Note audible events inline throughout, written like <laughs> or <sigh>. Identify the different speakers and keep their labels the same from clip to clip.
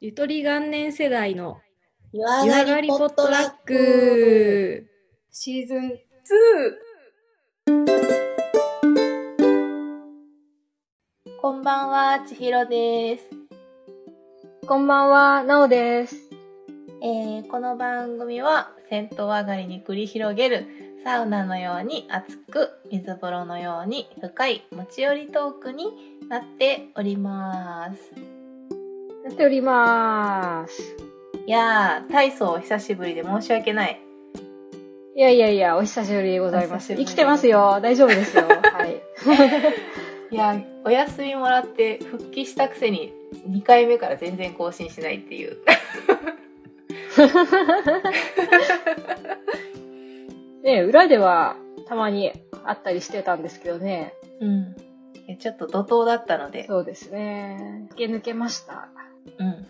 Speaker 1: ゆとり元年世代の
Speaker 2: 湯上
Speaker 1: 湯上
Speaker 2: が
Speaker 1: が
Speaker 2: り
Speaker 1: り
Speaker 2: ポ
Speaker 1: ポ
Speaker 2: ッ
Speaker 1: ッ
Speaker 2: ト
Speaker 1: ト
Speaker 2: ラ
Speaker 1: ラ
Speaker 2: ッ
Speaker 1: ッ
Speaker 2: ク。
Speaker 1: ク。
Speaker 3: シーズン2。
Speaker 2: こんばんは、ちひろです。
Speaker 3: こんばんは、なおです。
Speaker 2: えーこの番組は銭湯上がりに繰り広げるサウナのように熱く水風呂のように深い持ち寄りトークになっております
Speaker 3: やっております。
Speaker 2: いやー大層お久しぶりで申し訳ない
Speaker 3: いやいやいや、お久しぶりでございます。
Speaker 2: お久しぶ
Speaker 3: 生
Speaker 2: り
Speaker 3: きてますよ。大丈夫ですよ。はい。
Speaker 2: いやーお休みもらって復帰したくせに2回目から全然更新しないっていう
Speaker 3: ね裏ではたまにあったりしてたんですけどね。
Speaker 2: うんいやちょっと怒涛だったので
Speaker 3: そうですね。駆け抜けました。
Speaker 2: うんうんうん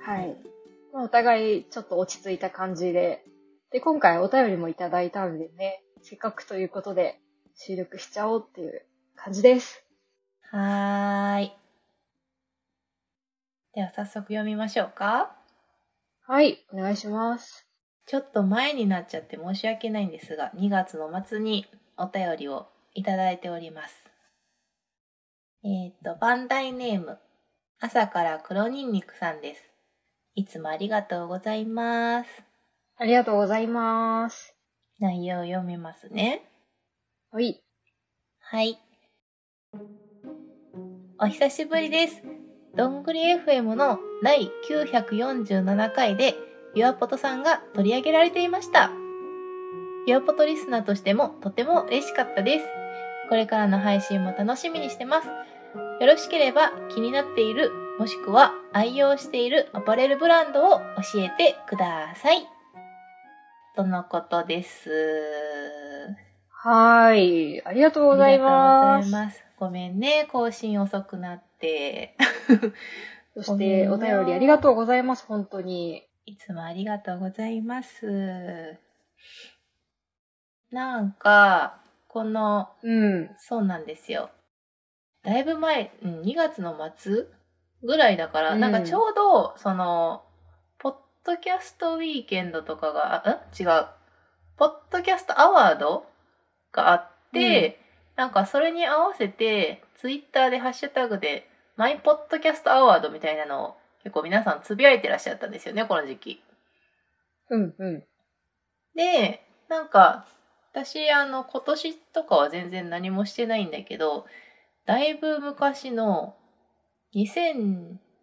Speaker 3: はい。まあお互いちょっと落ち着いた感じで。で、今回お便りもいただいたんでね、せっかくということで収録しちゃおうっていう感じです。
Speaker 2: はーいでは早速読みましょうか
Speaker 3: はい、お願いします。
Speaker 2: ちょっと前になっちゃって申し訳ないんですが、2月の末にお便りをいただいております。えーっと、バンダイネーム、朝から黒ニンニクさんです。いつもありがとうございます。
Speaker 3: ありがとうございます。
Speaker 2: 内容を読みますね。
Speaker 3: はい。
Speaker 2: はい。お久しぶりです。どんぐり FM の第947回で、ゆアぽとさんが取り上げられていました。ゆアぽとリスナーとしてもとても嬉しかったです。これからの配信も楽しみにしてます。よろしければ気になっている、もしくは愛用しているアパレルブランドを教えてください。とのことです。
Speaker 3: はーい。ありがとうござい
Speaker 2: あり
Speaker 3: ま
Speaker 2: がとうござい
Speaker 3: す。
Speaker 2: ます。ごめんね、更新遅くなって。 <laughs>
Speaker 3: そして、お便りありがとうございます。本当に。
Speaker 2: いつもありがとうございます。なんか、この、
Speaker 3: うん。
Speaker 2: そうなんですよ。だいぶ前、うん、2月の末ぐらいだから、
Speaker 3: うん
Speaker 2: なんかちょうど、その、ポッドキャストウィーケンドとかが、あん違う。ポッドキャストアワードがあって、なんかそれに合わせて、ツイッターでハッシュタグで、マイポッドキャストアワードみたいなのを結構皆さんつぶやいてらっしゃったんですよね、この時期。
Speaker 3: うん、うん。
Speaker 2: で、なんか、私、あの、今年とかは全然何もしてないんだけど、だいぶ昔の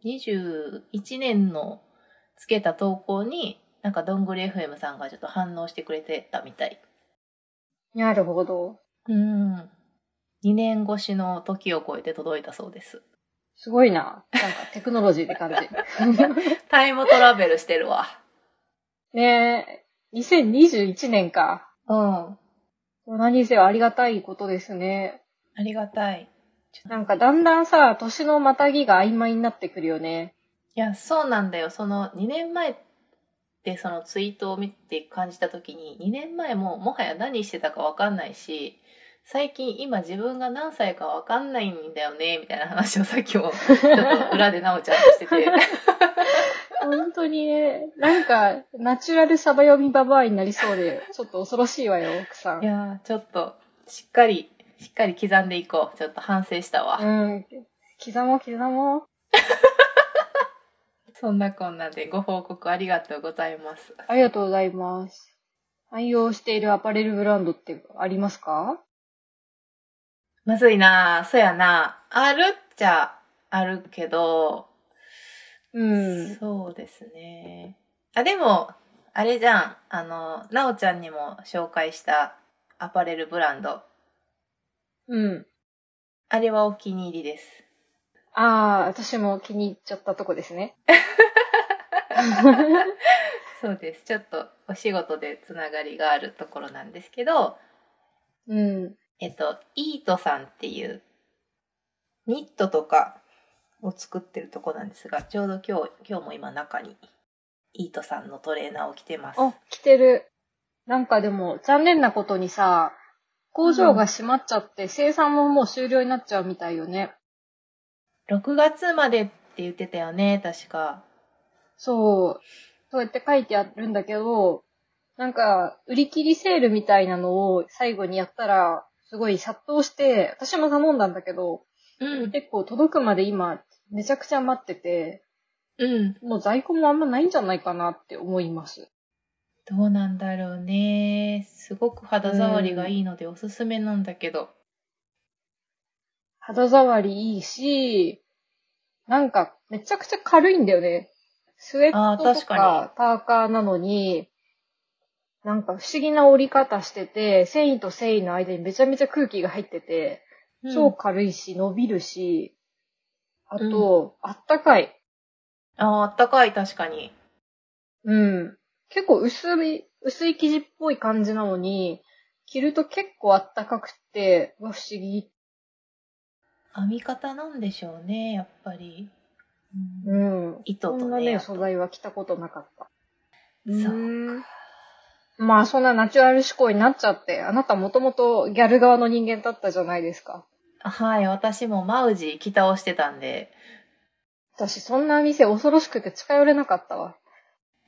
Speaker 2: 2021年のつけた投稿に、なんかどんぐり FM さんがちょっと反応してくれてたみたい。
Speaker 3: なるほど。
Speaker 2: うん。2年越しの時を超えて届いたそうです。
Speaker 3: すごいな。なんかテクノロジーって感じ。
Speaker 2: <laughs> タイムトラベルしてるわ。
Speaker 3: ねえ、2021年か。
Speaker 2: うん。
Speaker 3: 何にせよありがたいことですね。
Speaker 2: ありがたい。
Speaker 3: なんかだんだんさ、年のまたぎが曖昧になってくるよ
Speaker 2: <laughs>
Speaker 3: ね。
Speaker 2: いや、そうなんだよ。その2年前ってそのツイートを見て感じた時に、2年前ももはや何してたかわかんないし、最近今自分が何歳かわかんないんだよね、みたいな話をさっきもちょっと裏でなおちゃんとしてて。
Speaker 3: 本当にね、なんか、ナチュラルサバ読みババアになりそうで、ちょっと恐ろしいわよ、奥さん
Speaker 2: い。やー、ちょっとしっかり、しっかり刻んでいこう。ちょっと反省したわ。
Speaker 3: うん。刻もう刻もう。
Speaker 2: そんなこんなでご報告ありがとうございます。
Speaker 3: ありがとうございます。愛用しているアパレルブランドってありますか
Speaker 2: むずいなー、そやなー。あるっちゃあるけど、
Speaker 3: うん。
Speaker 2: そうですね。あ、でも、あれじゃん。あの、なおちゃんにも紹介したアパレルブランド。
Speaker 3: うん。
Speaker 2: あれはお気に入りです。
Speaker 3: ああ、私も気に入っちゃったとこです <laughs> ね。
Speaker 2: そうです。ちょっとお仕事でつながりがあるところなんですけど、
Speaker 3: うん。
Speaker 2: えっと、イートさんっていう、ニットとかを作ってるとこなんですが、ちょうど今日、今日も今中に、イートさんのトレーナーを着てます。
Speaker 3: あ、着てる。なんかでも、残念なことにさ、工場が閉まっちゃって、生産ももう終了になっちゃうみたいよね。
Speaker 2: 6月までって言ってたよね、確か。
Speaker 3: そう。そうやって書いてあるんだけど、なんか、売り切りセールみたいなのを最後にやったら、すごい殺到して、私も頼んだんだけど、
Speaker 2: うん。
Speaker 3: 結構届くまで今、めちゃくちゃ待ってて、
Speaker 2: うん。
Speaker 3: もう在庫もあんまないんじゃないかなって思います。
Speaker 2: どうなんだろうね。すごく肌触りがいいのでおすすめなんだけど。
Speaker 3: 肌触りいいし、なんか、めちゃくちゃ軽いんだよね。スウェッ
Speaker 2: あ
Speaker 3: トと
Speaker 2: ー確か
Speaker 3: かパーカーなのに、なんか不思議な折り方してて、繊維と繊維の間にめちゃめちゃ空気が入ってて、超軽いし、伸びるし、あと、あったかい。
Speaker 2: ああ、あったかい、確かに。
Speaker 3: うん。結構薄い、薄い生地っぽい感じなのに、着ると結構あったかくて、うわ不思議。
Speaker 2: 編み方なんでしょうね、やっぱり。うん
Speaker 3: うん。
Speaker 2: 糸
Speaker 3: そ
Speaker 2: と
Speaker 3: んな
Speaker 2: ね。
Speaker 3: ね、
Speaker 2: あと
Speaker 3: 素材は着たことなかった。
Speaker 2: そうか。
Speaker 3: まあ、そんなナチュラル思考になっちゃって、あなたもともとギャル側の人間だったじゃないですか。
Speaker 2: はい、私もマウジ着倒してたんで。
Speaker 3: 私、そんな店恐ろしくて近寄れなかったわ。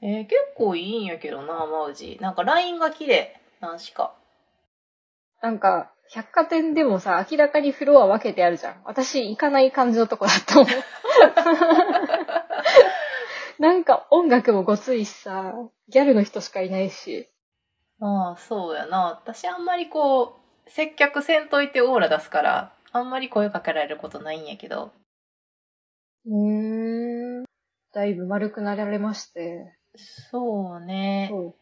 Speaker 2: えー結構いいんやけどな、マウジ。なんかラインが綺麗。何し <laughs> か。
Speaker 3: なんか、百貨店でもさ、明らかにフロア分けてあるじゃん。私、行かない感じのとこだと思う。 <laughs> なんか、音楽もごついしさ、ギャルの人しかいないし。
Speaker 2: まあ、そうやな。私あんまりこう、接客せんといてオーラ出すから、あんまり声かけられることないんやけど。
Speaker 3: うーん。だいぶ丸くなられまして。
Speaker 2: そうね。
Speaker 3: そ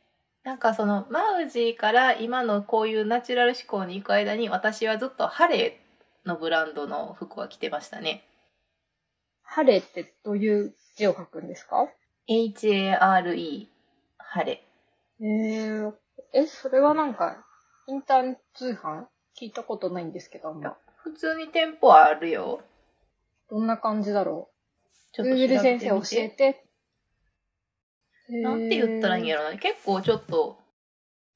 Speaker 2: なんかその、マウジーから今のこういうナチュラル思考に行く間に、私はずっとハレーのブランドの服は着てましたね。
Speaker 3: う。晴れってどういう字を書くんですか
Speaker 2: H-A-R-E、ハレ。
Speaker 3: えー、え、それはなんか、インターン通販聞いたことないんですけど、あんま。
Speaker 2: 普通に店舗あるよ。
Speaker 3: どんな感じだろ
Speaker 2: ち
Speaker 3: う。
Speaker 2: ょっと調べ
Speaker 3: Google
Speaker 2: てみ
Speaker 3: 先
Speaker 2: て
Speaker 3: 生教えて。
Speaker 2: なんて言ったらいいんやろな。結構ちょっと、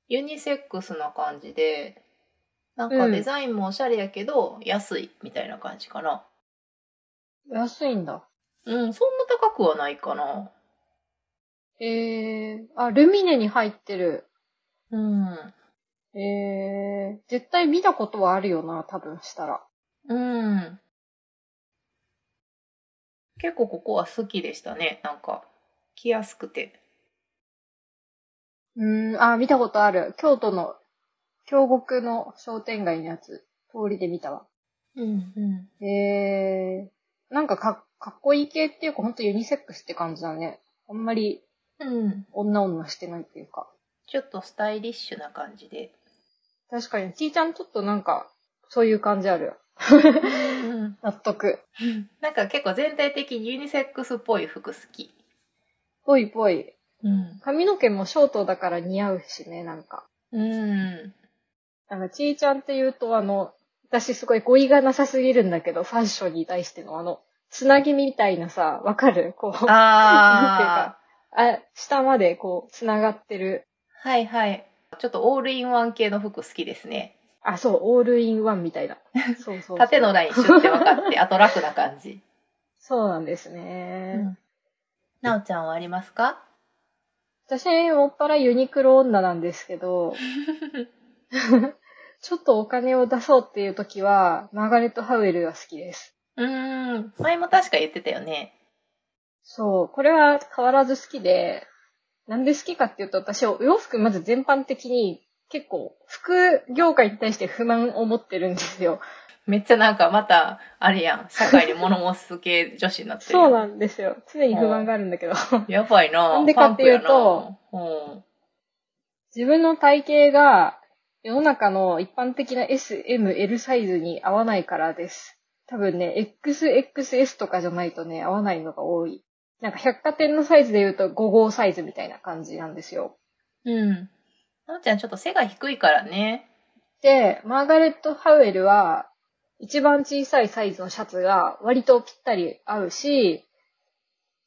Speaker 2: ユニセックスな感じで、なんか
Speaker 3: うん
Speaker 2: デザインもおしゃれやけど、安いみたいな感じかな。
Speaker 3: 安いんだ。
Speaker 2: うん、そんな高くはないかな。
Speaker 3: えー、あ、ルミネに入ってる。
Speaker 2: うん。
Speaker 3: えー、絶対見たことはあるよな、多分したら。
Speaker 2: うん。結構ここは好きでしたね。なんか、着やすくて。
Speaker 3: うーん、あ、見たことある。京都の、京極の商店街のやつ、通りで見たわ。
Speaker 2: うんうん。
Speaker 3: えー、なんかかかっこいい系っていうか、ほんとユニセックスって感じだね。あんまり
Speaker 2: うん。
Speaker 3: 女女してないっていうか。
Speaker 2: ちょっとスタイリッシュな感じで。
Speaker 3: 確かに、ちーちゃんちょっとなんか、そういう感じある。
Speaker 2: うん。
Speaker 3: <laughs> 納得。
Speaker 2: なんか結構全体的にユニセックスっぽい服好き。
Speaker 3: ぽいぽい。
Speaker 2: うん。
Speaker 3: 髪の毛もショートだから似合うしね、なんか。
Speaker 2: うん。
Speaker 3: なんか、ちいちゃんって言うと、あの、私すごい語彙がなさすぎるんだけど、ファッションに対してのあの、つなぎみたいなさ、わかるこう、
Speaker 2: <laughs>
Speaker 3: あ
Speaker 2: ああ。
Speaker 3: 下までこう、つながってる。
Speaker 2: はいはい。ちょっとオールインワン系の服好きですね。
Speaker 3: あ、そう、オールインワンみたいな。そうそうそう
Speaker 2: 縦のラインシュって分かって、あと楽な感 <laughs> じ。
Speaker 3: <laughs> そうなんです
Speaker 2: う
Speaker 3: ね。
Speaker 2: ん。なおちゃんはありますか
Speaker 3: 私、もっぱらユニクロ女なんですけ
Speaker 2: <laughs>
Speaker 3: ど、ちょっとお金を出そうっていう時は、マーガレット・ハウエルが好きです。
Speaker 2: うーん。前も確か言ってたよね。
Speaker 3: そう、これは変わらず好きで、なんで好きかっていうと、私、お洋服まず全般的に結構、服業界に対して不満を持ってるんですよ。
Speaker 2: めっちゃなんかまた、あれやん。社会に物申す系女子になってる。。
Speaker 3: そうんなんですよ。常に不満があるんだけど。
Speaker 2: やばいな
Speaker 3: なんでかっていうと、
Speaker 2: パンクやな
Speaker 3: <laughs> 自分の体型が世の中の一般的な S、M、L サイズに合わないからです。多分ね、XXS とかじゃないとね、合わないのが多い。なんか百貨店のサイズで言うと5号サイズみたいな感じなんですよ。
Speaker 2: うん。うん。なおちゃんちょっと背が低いからね。
Speaker 3: で、マーガレット・ハウエルは、一番小さいサイズのシャツが割とぴったり合うし、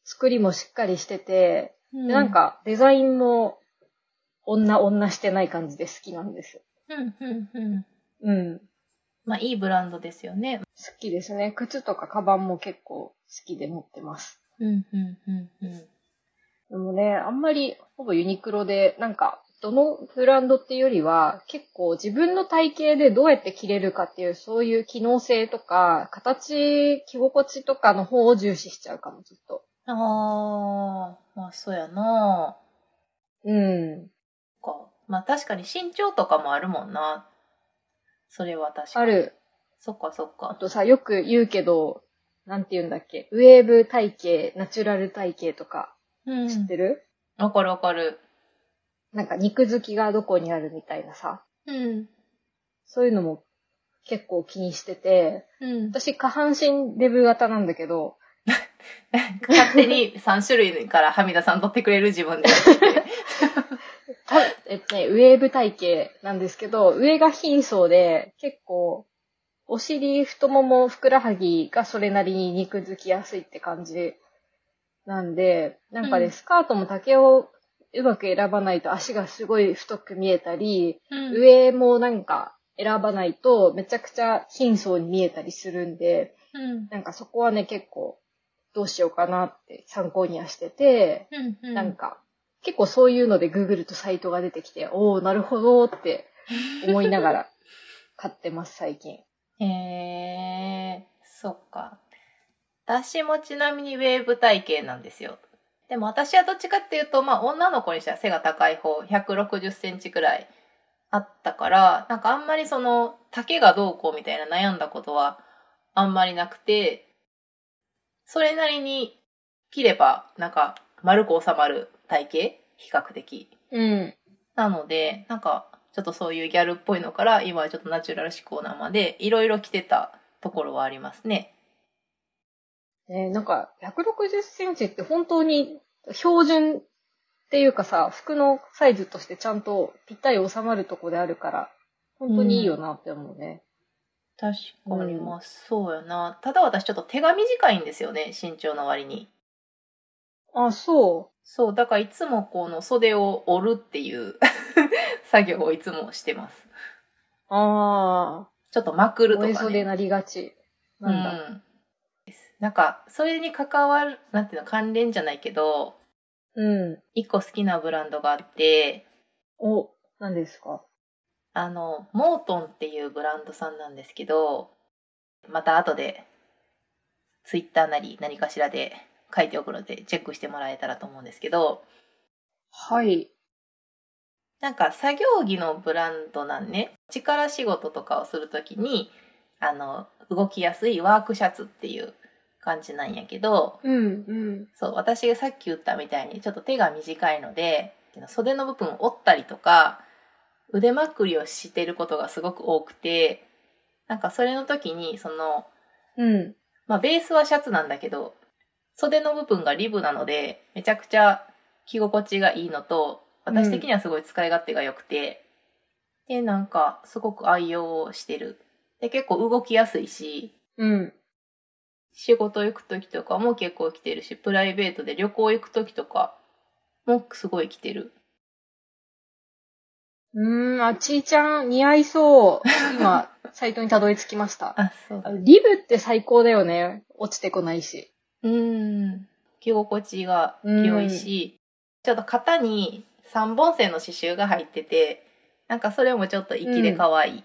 Speaker 3: 作りもしっかりしてて、
Speaker 2: う
Speaker 3: でなん。かデザインも女女してない感じで好きなんです。
Speaker 2: うん、うん、うん。
Speaker 3: うん。
Speaker 2: まあいいブランドですよね。
Speaker 3: 好きですね。靴とかカバンも結構好きで持ってます。
Speaker 2: うん、うん、うん、うん。
Speaker 3: でもね、あんまりほぼユニクロで、なんか、どのブランドっていうよりは、結構自分の体型でどうやって着れるかっていう、そういう機能性とか、形、着心地とかの方を重視しちゃうかも、ずっと。
Speaker 2: ああ、まあそうやな。
Speaker 3: うん。
Speaker 2: か。まあ確かに身長とかもあるもんな。それは確か
Speaker 3: あ
Speaker 2: に。。
Speaker 3: る。
Speaker 2: そっかそっ
Speaker 3: あ
Speaker 2: か。
Speaker 3: とさ、よく言うけど、なんて言うんだっけ。ウェーブ体型、ナチュラル体型とか、
Speaker 2: うん。
Speaker 3: 知ってる、
Speaker 2: わかるわかる。
Speaker 3: なんか肉付きがどこにあるみたいなさ。
Speaker 2: うん。
Speaker 3: そういうのも結構気にしてて、
Speaker 2: うん。
Speaker 3: 私下半身デブ型なんだけど、
Speaker 2: <laughs> 勝手に3種類からはみ出さん取ってくれる自分で。
Speaker 3: たえっとね、ウェーブ体型なんですけど、上が貧相で、結構、お尻、太もも、ふくらはぎがそれなりに肉付きやすいって感じなんで、なんかね、
Speaker 2: うん
Speaker 3: スカートも丈をうまく選ばないと足がすごい太く見えたり、
Speaker 2: うん
Speaker 3: 上もなんか選ばないとめちゃくちゃ貧相に見えたりするんで、
Speaker 2: うん。
Speaker 3: なんかそこはね、結構どうしようかなって参考にはしてて、
Speaker 2: うん。うん。
Speaker 3: なんか、結構そういうのでググるとサイトが出てきて、おー、なるほどーって思いながら買ってます、最近。
Speaker 2: へえ、そっか。私もちなみにウェーブ体型なんですよ。でも私はどっちかっていうと、まあ女の子にしたら背が高い方、160センチくらいあったから、なんかあんまりその丈がどうこうみたいな悩んだことはあんまりなくて、それなりに切ればなんか丸く収まる体型比較的。
Speaker 3: うん。
Speaker 2: なので、なんか、ちょっとそういうギャルっぽいのから、今はちょっとナチュラル志向なまで、いろいろ着てたところはありますね。
Speaker 3: ね、なんか、160センチって本当に標準っていうかさ、服のサイズとしてちゃんとぴったり収まるとこであるから、本当にいいよなって思うね。
Speaker 2: 確かに、
Speaker 3: うん
Speaker 2: まあそうやな。ただ私ちょっと手が短いんですよね、身長の割に。
Speaker 3: あ、そ
Speaker 2: そう、だからいつもこの袖を折るっていう <laughs> 作業をいつもしてます。
Speaker 3: う。あ
Speaker 2: ちょっとまく
Speaker 3: ー。
Speaker 2: ると
Speaker 3: おへ
Speaker 2: か
Speaker 3: そ
Speaker 2: ね
Speaker 3: で。なりがち。なんだ。
Speaker 2: うん。なんか、それに関わる、なんていうの、関連じゃないけど、
Speaker 3: うん。
Speaker 2: 一個好きなブランドがあって、
Speaker 3: お、何ですか
Speaker 2: あの、モートンっていうブランドさんなんですけど、また後で、ツイッターなり何かしらで書いておくので、チェックしてもらえたらと思うんですけど、
Speaker 3: はい。
Speaker 2: なんか作業着のブランドなんね、力仕事とかをするときに、あの、動きやすいワークシャツっていう感じなんやけど、
Speaker 3: うん、うん。
Speaker 2: そう、私がさっき言ったみたいに、ちょっと手が短いので、袖の部分を折ったりとか、腕まくりをしてることがすごく多くて、なんかそれの時に、その、
Speaker 3: うん。
Speaker 2: まあベースはシャツなんだけど、袖の部分がリブなので、めちゃくちゃ着心地がいいのと、私的にはすごい使い勝手が良くて、で、なんかすごく愛用をしてる。で、結構動きやすいし、
Speaker 3: うん。
Speaker 2: 仕事行く時とかも結構来てるし、プライベートで旅行行く時とかもすごい来てる。
Speaker 3: うーん、あ、ちーちゃん似合いそう。今、サイトにたどり着きました。
Speaker 2: あ、そう
Speaker 3: あ。リブって最高だよね。落ちてこないし。
Speaker 2: うん。着心地が良いし、ちょっと肩に3本線の刺繍が入ってて、なんかそれもちょっと粋で可愛い。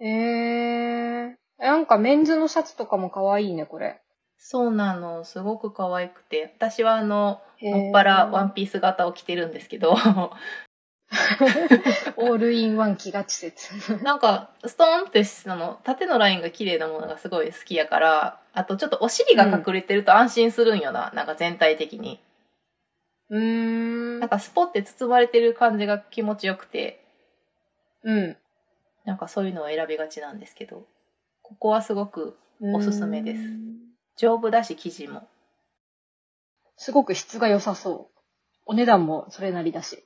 Speaker 3: へえー。なんかメンズのシャツとかも可愛いね、これ。
Speaker 2: そうなの、すごく可愛くて。私はあの、
Speaker 3: へー
Speaker 2: もっぱらワンピース型を着てるんですけど、
Speaker 3: オールインワン気がち説。 <laughs>
Speaker 2: なんか、ストーンってその、縦のラインが綺麗なものがすごい好きやから、あとちょっとお尻が隠れてると安心するんよな、なんか全体的に。
Speaker 3: うーん
Speaker 2: なん。かスポって包まれてる感じが気持ちよくて、
Speaker 3: うん。
Speaker 2: なんかそういうのを選びがちなんですけど、ここはすごくおすすめです
Speaker 3: うーん。
Speaker 2: 丈夫だし、生地も。
Speaker 3: すごく質が良さそう。お値段もそれなりだし。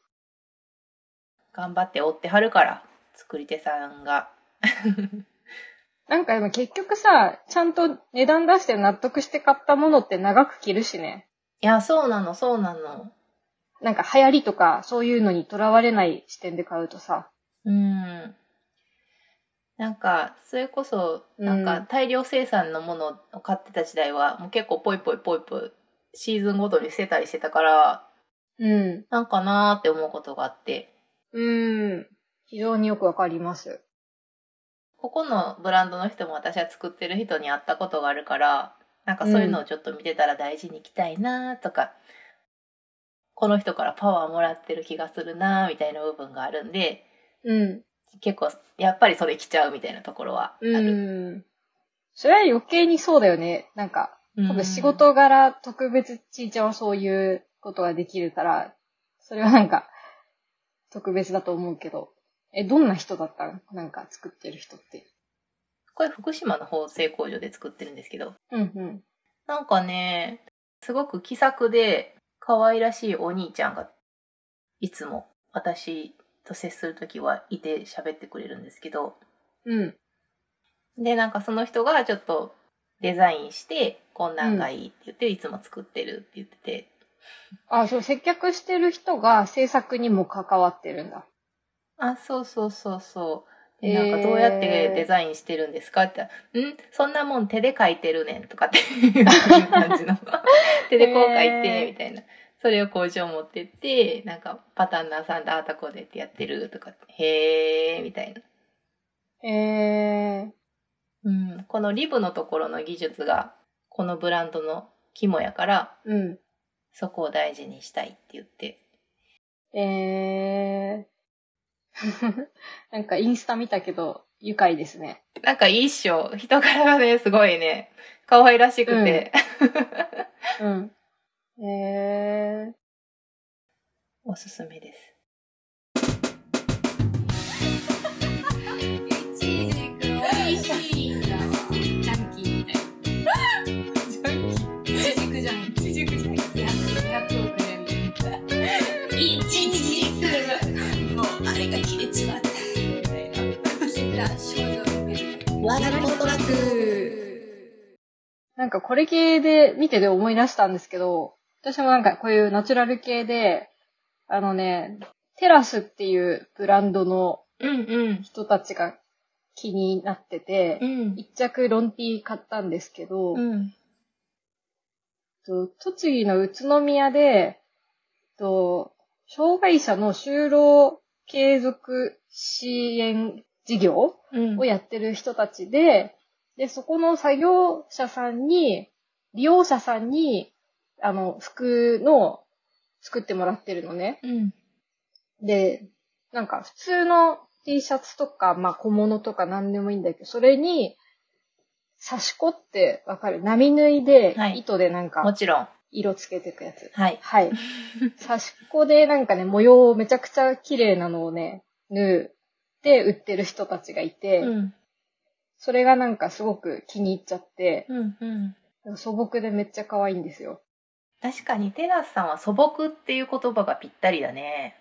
Speaker 2: 頑張って折ってはるから、作り手さんが。
Speaker 3: なんかでも結局さ、ちゃんと値段出して納得して買ったものって長く着るしね。
Speaker 2: いや、そうなの、そうなの。
Speaker 3: なんか流行りとか、そういうのにとらわれない視点で買うとさ。
Speaker 2: うん。なんか、それこそ、
Speaker 3: うん
Speaker 2: なんか大量生産のものを買ってた時代は、もう結構ポイポイポイポイシーズンごとにしてたりしてたから、
Speaker 3: うん。
Speaker 2: なんかなーって思うことがあって、
Speaker 3: うん。非常によくわかります。
Speaker 2: ここのブランドの人も私は作ってる人に会ったことがあるから、なんかそういうのをちょっと見てたら大事に着たいなーとか、この人からパワーもらってる気がするなーみたいな部分があるんで、
Speaker 3: うん。
Speaker 2: 結構やっぱりそれ着ちゃうみたいなところはある。
Speaker 3: うん。それは余計にそうだよね。なんか、
Speaker 2: うん
Speaker 3: 多分仕事柄特別ちーちゃんはそういうことができるから、それはなんか、特別だと思うけど。え、どんな人だったのなんか作ってる人って。
Speaker 2: これ福島の縫製工場で作ってるんですけど、
Speaker 3: うんうん。
Speaker 2: なんかね、すごく気さくで、可愛らしいお兄ちゃんが、いつも私と接するときはいて喋ってくれるんですけど、
Speaker 3: うん。
Speaker 2: で、なんかその人がちょっとデザインして、こんなんがいいって言って、いつも作ってるって言ってて、
Speaker 3: あ、そう、接客してる人が制作にも関わってるんだ。
Speaker 2: あ、そうそうそうそう。
Speaker 3: へ
Speaker 2: で、
Speaker 3: ー
Speaker 2: なんかどうやってデザインしてるんですかって言ったら、んそんなもん手で書いてるねんとかっていう
Speaker 3: <laughs>
Speaker 2: 感じの。手でこう書い
Speaker 3: へ
Speaker 2: て、
Speaker 3: ー
Speaker 2: みたいな。それを工場持ってって、なんかパターンなさんであーたこうでってやってるとかって、へー、みたいな。
Speaker 3: へえ
Speaker 2: うん、このリブのところの技術が、このブランドの肝やから、
Speaker 3: ー。う
Speaker 2: そこを大事にしたいって言って。
Speaker 3: ん。えー。 <laughs> なんかインスタ見たけど、愉快ですね。
Speaker 2: なんかいいっしょ。人柄がね、すごいね、可愛らしくて、
Speaker 3: うん。えー。
Speaker 2: <laughs> おすすめです。
Speaker 4: チーズくん美味しいんだわジャンキーみたいジャンキーチジクジャンキーチジクジャンキーやっとくれみたいなイチジクもうあれが切れちまったみたいな禁断症状みたいな
Speaker 1: わらことなく。
Speaker 3: なんかこれ系で見てて思い出したんですけど、私もなんかこういうナチュラル系で、あのね、テラスっていうブランドの
Speaker 2: うんうん。
Speaker 3: 人たちが気になってて、
Speaker 2: うん。
Speaker 3: 一着ロンティー買ったんですけど、
Speaker 2: うん。
Speaker 3: と栃木の宇都宮で、と障害者の就労継続支援事業
Speaker 2: うん
Speaker 3: を。やってる人たちで、で、そこの作業者さんに、利用者さんに、あの、服の作ってもらってるのね。
Speaker 2: うん。
Speaker 3: で、なんか普通の T シャツとか、まあ小物とか何でもいいんだけど、それに、刺し子ってわかる波縫いで
Speaker 2: は、い
Speaker 3: 糸でなん
Speaker 2: も
Speaker 3: か
Speaker 2: ちろん。
Speaker 3: 色つけていくやつ。
Speaker 2: はい。
Speaker 3: はい。刺し子でなんかね、模様をめちゃくちゃ綺麗なのをね、縫って売ってる人たちがいて、
Speaker 2: ん。
Speaker 3: それがなんかすごく気に入っちゃって、
Speaker 2: うんうん。
Speaker 3: 素朴でめっちゃ可愛いんですよ。
Speaker 2: 確かにテラスさんは素朴っていう言葉がぴったりだね。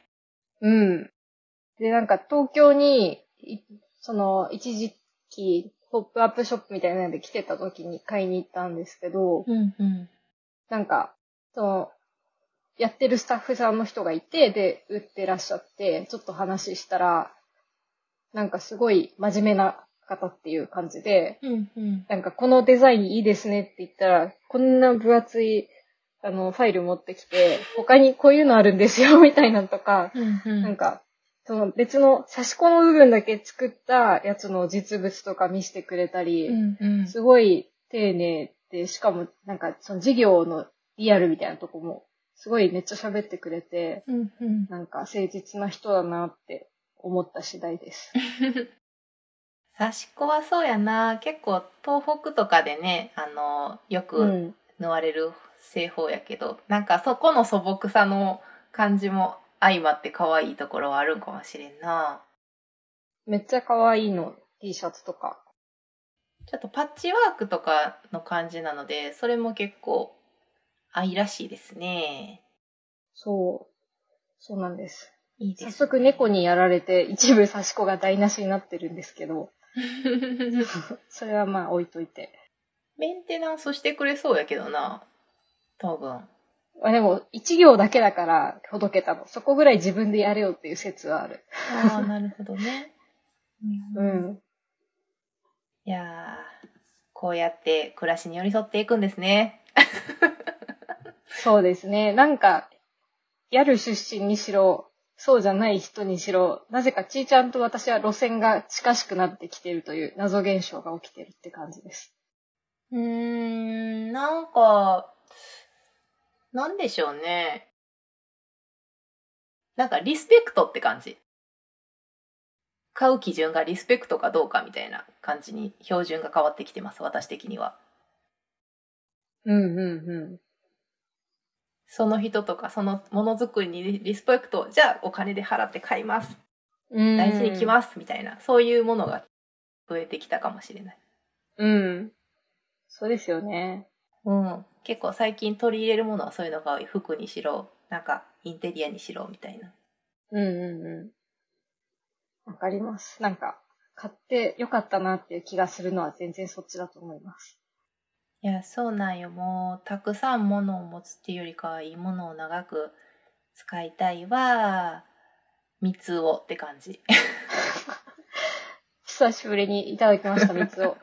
Speaker 3: うん。で、なんか東京に、いその、一時期、ポップアップショップみたいなので来てた時に買いに行ったんですけど、
Speaker 2: うんうん。
Speaker 3: なんか、その、やってるスタッフさんの人がいて、で、売ってらっしゃって、ちょっと話したら、なんかすごい真面目な方っていう感じで、
Speaker 2: うんうん。
Speaker 3: なんかこのデザインいいですねって言ったら、こんな分厚い、あの、ファイル持ってきて、他にこういうのあるんですよ、 <laughs> みたいなのとか、
Speaker 2: うんう
Speaker 3: なんか、その別の差し子の部分だけ作ったやつの実物とか見せてくれたり、
Speaker 2: うんうん。
Speaker 3: すごい丁寧で、しかもなんかその事業のリアルみたいなとこも、すごいめっちゃ喋ってくれて、
Speaker 2: うんうん。
Speaker 3: なんか誠実な人だなって思った次第です。
Speaker 2: 刺し子はそうやな。結構東北とかでね、あの、よく、
Speaker 3: うん。
Speaker 2: 縫われる製法やけどなんかそこの素朴さの感じも相まって可愛いところはあるんかもしれんな
Speaker 3: めっちゃ可愛いの、T シャツとか。
Speaker 2: ちょっとパッチワークとかの感じなのでそれも結構愛らしいですね
Speaker 3: そう。そうなんです。
Speaker 2: いい
Speaker 3: 早
Speaker 2: です、ね、
Speaker 3: 速猫にやられて一部刺し子が台無しになってるんですけど、 <laughs> それはまあ置いといて。
Speaker 2: <laughs> メンテナンスしてくれそうやけどな多分
Speaker 3: まあでも、一行だけだからほどけたの。そこぐらい自分でやれよっていう説はある。
Speaker 2: ああなるほどね、
Speaker 3: う
Speaker 2: うん
Speaker 3: ん。
Speaker 2: いやーこうやって暮らしに寄り添っていくんですね
Speaker 3: そうですね。なんか、ギャル出身にしろ、そうじゃない人にしろ、なぜかちーちゃんと私は路線が近しくなってきているという謎現象が起きてるって感じです。
Speaker 2: うーん、なんか、なんでしょうね。なんかリスペクトって感じ。買う基準がリスペクトかどうかみたいな感じに標準が変わってきてます、私的には。
Speaker 3: うんうんうん。
Speaker 2: その人とかそのものづくりにリスペクト、じゃあお金で払って買います。
Speaker 3: うん
Speaker 2: 大事に来ます、みたいな、そういうものが増えてきたかもしれない。
Speaker 3: うん。そうですよね。
Speaker 2: うん。結構最近取り入れるものはそういうのが多い。服にしろ、なんかインテリアにしろ、みたいな。
Speaker 3: うんうんうん。わかります。なんか、買ってよかったなっていう気がするのは全然そっちだと思います。
Speaker 2: いや、そうなんよ。もう、たくさんものを持つっていうよりかは、いいものを長く使いたいは、三つをって感じ。 <laughs>
Speaker 3: 久しぶりにいただきました、三つ <laughs> を。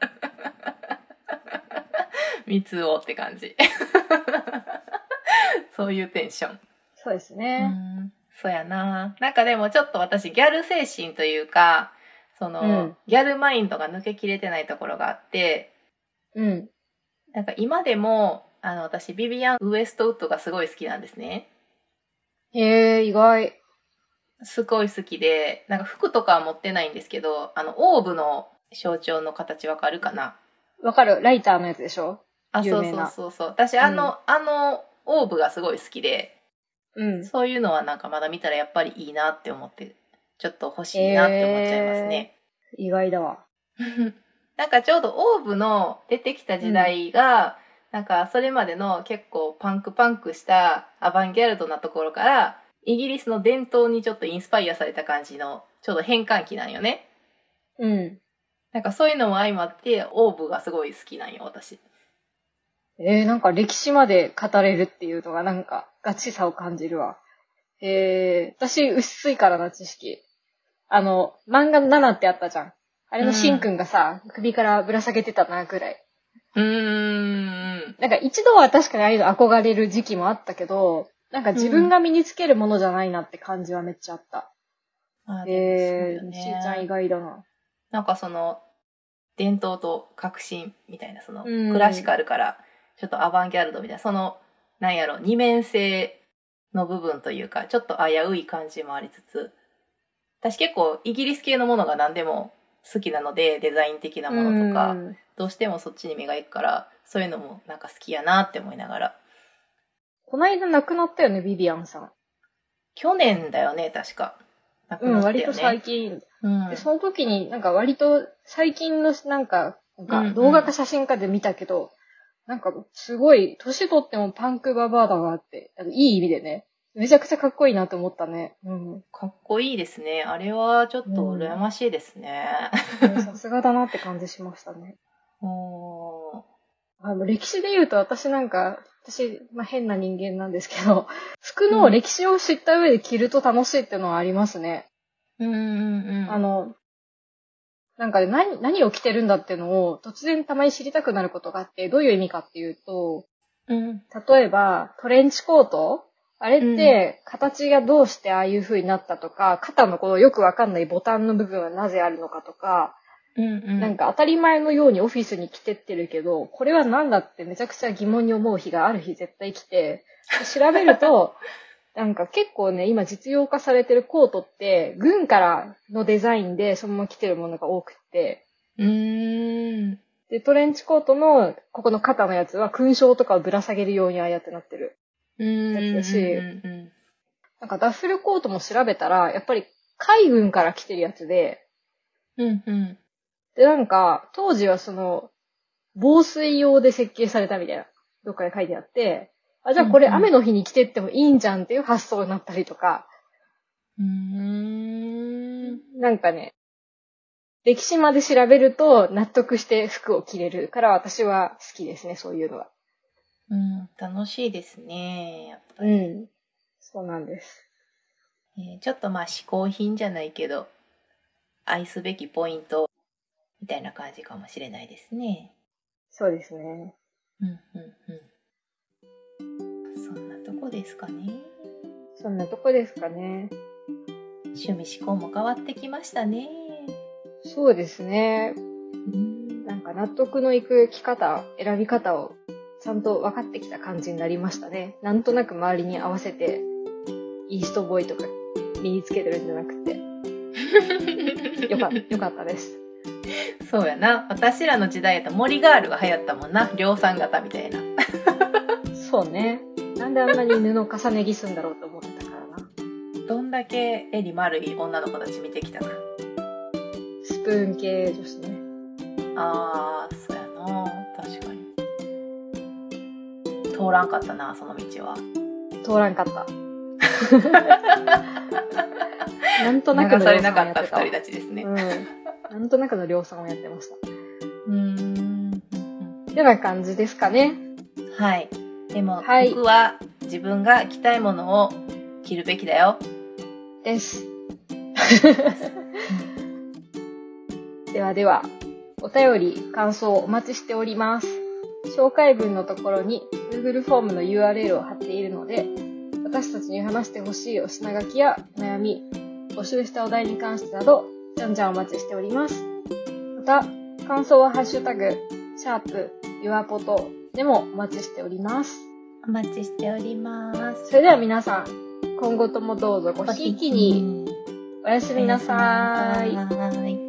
Speaker 2: 三つをって感じ。 <laughs> そういうテンション。
Speaker 3: そうです
Speaker 2: う
Speaker 3: ね。
Speaker 2: ん、そうやな。なんかでもちょっと私、ギャル精神というか、その、
Speaker 3: うん
Speaker 2: ギャルマインドが抜けきれてないところがあって、
Speaker 3: うん。
Speaker 2: なんか今でも、あの、私、ビビアン・ウエストウッドがすごい好きなんですね。
Speaker 3: へえ、意外。
Speaker 2: すごい好きで、なんか服とかは持ってないんですけど、あの、オーブの象徴の形わかるかな
Speaker 3: わかるライターのやつでしょ
Speaker 2: あ、
Speaker 3: 有
Speaker 2: そう
Speaker 3: 名
Speaker 2: そう
Speaker 3: な
Speaker 2: そうそう。私、あの、あの、オーブがすごい好きで、
Speaker 3: うん。
Speaker 2: そういうのはなんかまだ見たらやっぱりいいなって思って、ちょっと欲しいなって思っちゃいますね。
Speaker 3: 意外だわ。
Speaker 2: <laughs> なんかちょうどオーブの出てきた時代が、なんかそれまでの結構パンクパンクしたアバンギャルドなところから、イギリスの伝統にちょっとインスパイアされた感じの、ちょうど変換期なんよね。
Speaker 3: うん。
Speaker 2: なんかそういうのも相まって、オーブがすごい好きなんよ、私。
Speaker 3: えー、なんか歴史まで語れるっていうのがなんかガチさを感じるわ。えー、私薄いからな知識。あの、漫画の7ってあったじゃん。あれのシンくんがさ、首からぶら下げてたなぐらい。
Speaker 2: うーん。
Speaker 3: なんか一度は確かにああいうの憧れる時期もあったけど、なんか自分が身につけるものじゃないなって感じはめっちゃあった。
Speaker 2: まあ
Speaker 3: えー、し
Speaker 2: そうよ
Speaker 3: ーちゃん意外だな。
Speaker 2: なんかその、伝統と革新みたいな、その、
Speaker 3: うん
Speaker 2: クラシカルから、ちょっとアバンギャルドみたいな、その、なんやろ、二面性の部分というか、ちょっと危うい感じもありつつ、私結構イギリス系のものが何でも好きなので、デザイン的なものとか、
Speaker 3: うん
Speaker 2: どうしてもそっちに目が行くから、そういうのもなんか好きやなって思いながら。
Speaker 3: こないだ亡くなったよね、ビビアンさん。
Speaker 2: 去年だよね、確か。亡く
Speaker 3: うん、
Speaker 2: なったよね
Speaker 3: 割と最近
Speaker 2: うん
Speaker 3: で、その時になんか割と最近のなんか、
Speaker 2: うんう
Speaker 3: が
Speaker 2: ん
Speaker 3: 動画か写真かで見たけど、なんかすごい、年取ってもパンクババアだなって、あのいい意味でね、めちゃくちゃかっこいいなと思ったね。
Speaker 2: <laughs>
Speaker 3: うん。
Speaker 2: かっこいいですね。あれはちょっと羨ましいです
Speaker 3: <laughs>
Speaker 2: ね。
Speaker 3: さすがだなって感じしましたね。
Speaker 2: おー
Speaker 3: あの歴史で言うと私なんか、私、まあ、変な人間なんですけど、 <laughs> 服の歴史を知った上で着ると楽しいっていうのはありますね。
Speaker 2: うんうんうん。
Speaker 3: あ、の、なんかね何、何を着てるんだっていうのを突然たまに知りたくなることがあって、どういう意味かっていうと、
Speaker 2: うん。
Speaker 3: 例えば、トレンチコートあれって、形がどうしてああいう風になったとか、肩のこのよくわかんないボタンの部分はなぜあるのかとか、
Speaker 2: うんうん。
Speaker 3: なんか当たり前のようにオフィスに着てってるけど、これは何だってめちゃくちゃ疑問に思う日がある日絶対来て、調べる
Speaker 2: <laughs>
Speaker 3: と、なんか結構ね、今実用化されてるコートって、軍からのデザインでそのまま着てるものが多くって、
Speaker 2: うーん。
Speaker 3: で、トレンチコートの、ここの肩のやつは勲章とかをぶら下げるようにああやってなってる。
Speaker 2: うんうんうん
Speaker 3: だし
Speaker 2: うん
Speaker 3: なんかダッフルコートも調べたら、やっぱり海軍から来てるやつで、
Speaker 2: うんうん。
Speaker 3: で、なんか、当時はその、防水用で設計されたみたいな、どっかで書いてあって、あ、じゃあこれ
Speaker 2: うんうん
Speaker 3: 雨の日に着てってもいいんじゃんっていう発想になったりとか、
Speaker 2: うーん。
Speaker 3: なんかね、歴史まで調べると納得して服を着れるから私は好きですね、そういうのは。
Speaker 2: うん。楽しいですね。やっぱ
Speaker 3: う
Speaker 2: り。
Speaker 3: ん。そうなんです。
Speaker 2: えーちょっとまあ、嗜好品じゃないけど、愛すべきポイント、みたいな感じかもしれないですね。
Speaker 3: そうですね。
Speaker 2: うんうんうん。そんなですかね。
Speaker 3: そんなとこですかね。
Speaker 2: 趣味思考も変わってきましたね。
Speaker 3: そうですね。
Speaker 2: うん
Speaker 3: なんか納得のいく着方、選び方をちゃんと分かってきた感じになりましたね。なんとなく周りに合わせて、イーストボーイとか身につけてるんじゃなくて。よ <laughs> かった、よかったです。
Speaker 2: そうやな。私らの時代やと森ガールが流行ったもんな。量産型みたいな。
Speaker 3: そうね。なんであんなに布を重ね着すんだろうと思ってたからな。
Speaker 2: どんだけ襟丸い女の子たち見てきたか。
Speaker 3: スプーン系女子ね。
Speaker 2: あー、そうやな。確かに。通らんかったな、その道は。
Speaker 3: 通らんか <laughs> った。なんとなく
Speaker 2: 流
Speaker 3: の
Speaker 2: され
Speaker 3: 量
Speaker 2: な
Speaker 3: 産を
Speaker 2: か
Speaker 3: やった
Speaker 2: っ
Speaker 3: てた
Speaker 2: 二
Speaker 3: わ
Speaker 2: 人。たちですね。
Speaker 3: うん。なんとなくの量産をやってました。
Speaker 2: うーん。
Speaker 3: てな感じですかね。
Speaker 2: はい。でも、
Speaker 3: はい
Speaker 2: 僕は自分が着たいものを着るべきだよ。
Speaker 3: です。 <laughs> ではでは、お便り、感想お待ちしております。紹介文のところに Google フォームの URL を貼っているので、私たちに話してほしいお品書きやお悩み、募集したお題に関してなど、じゃんじゃんお待ちしております。また、感想はハッシュタグ、シャープ、ユアポトでもお待ちしております。
Speaker 2: お待ちしております。
Speaker 3: それでは皆さん、今後ともどうぞごひいきに、おやすみなさーい。
Speaker 2: おやすみなさーい。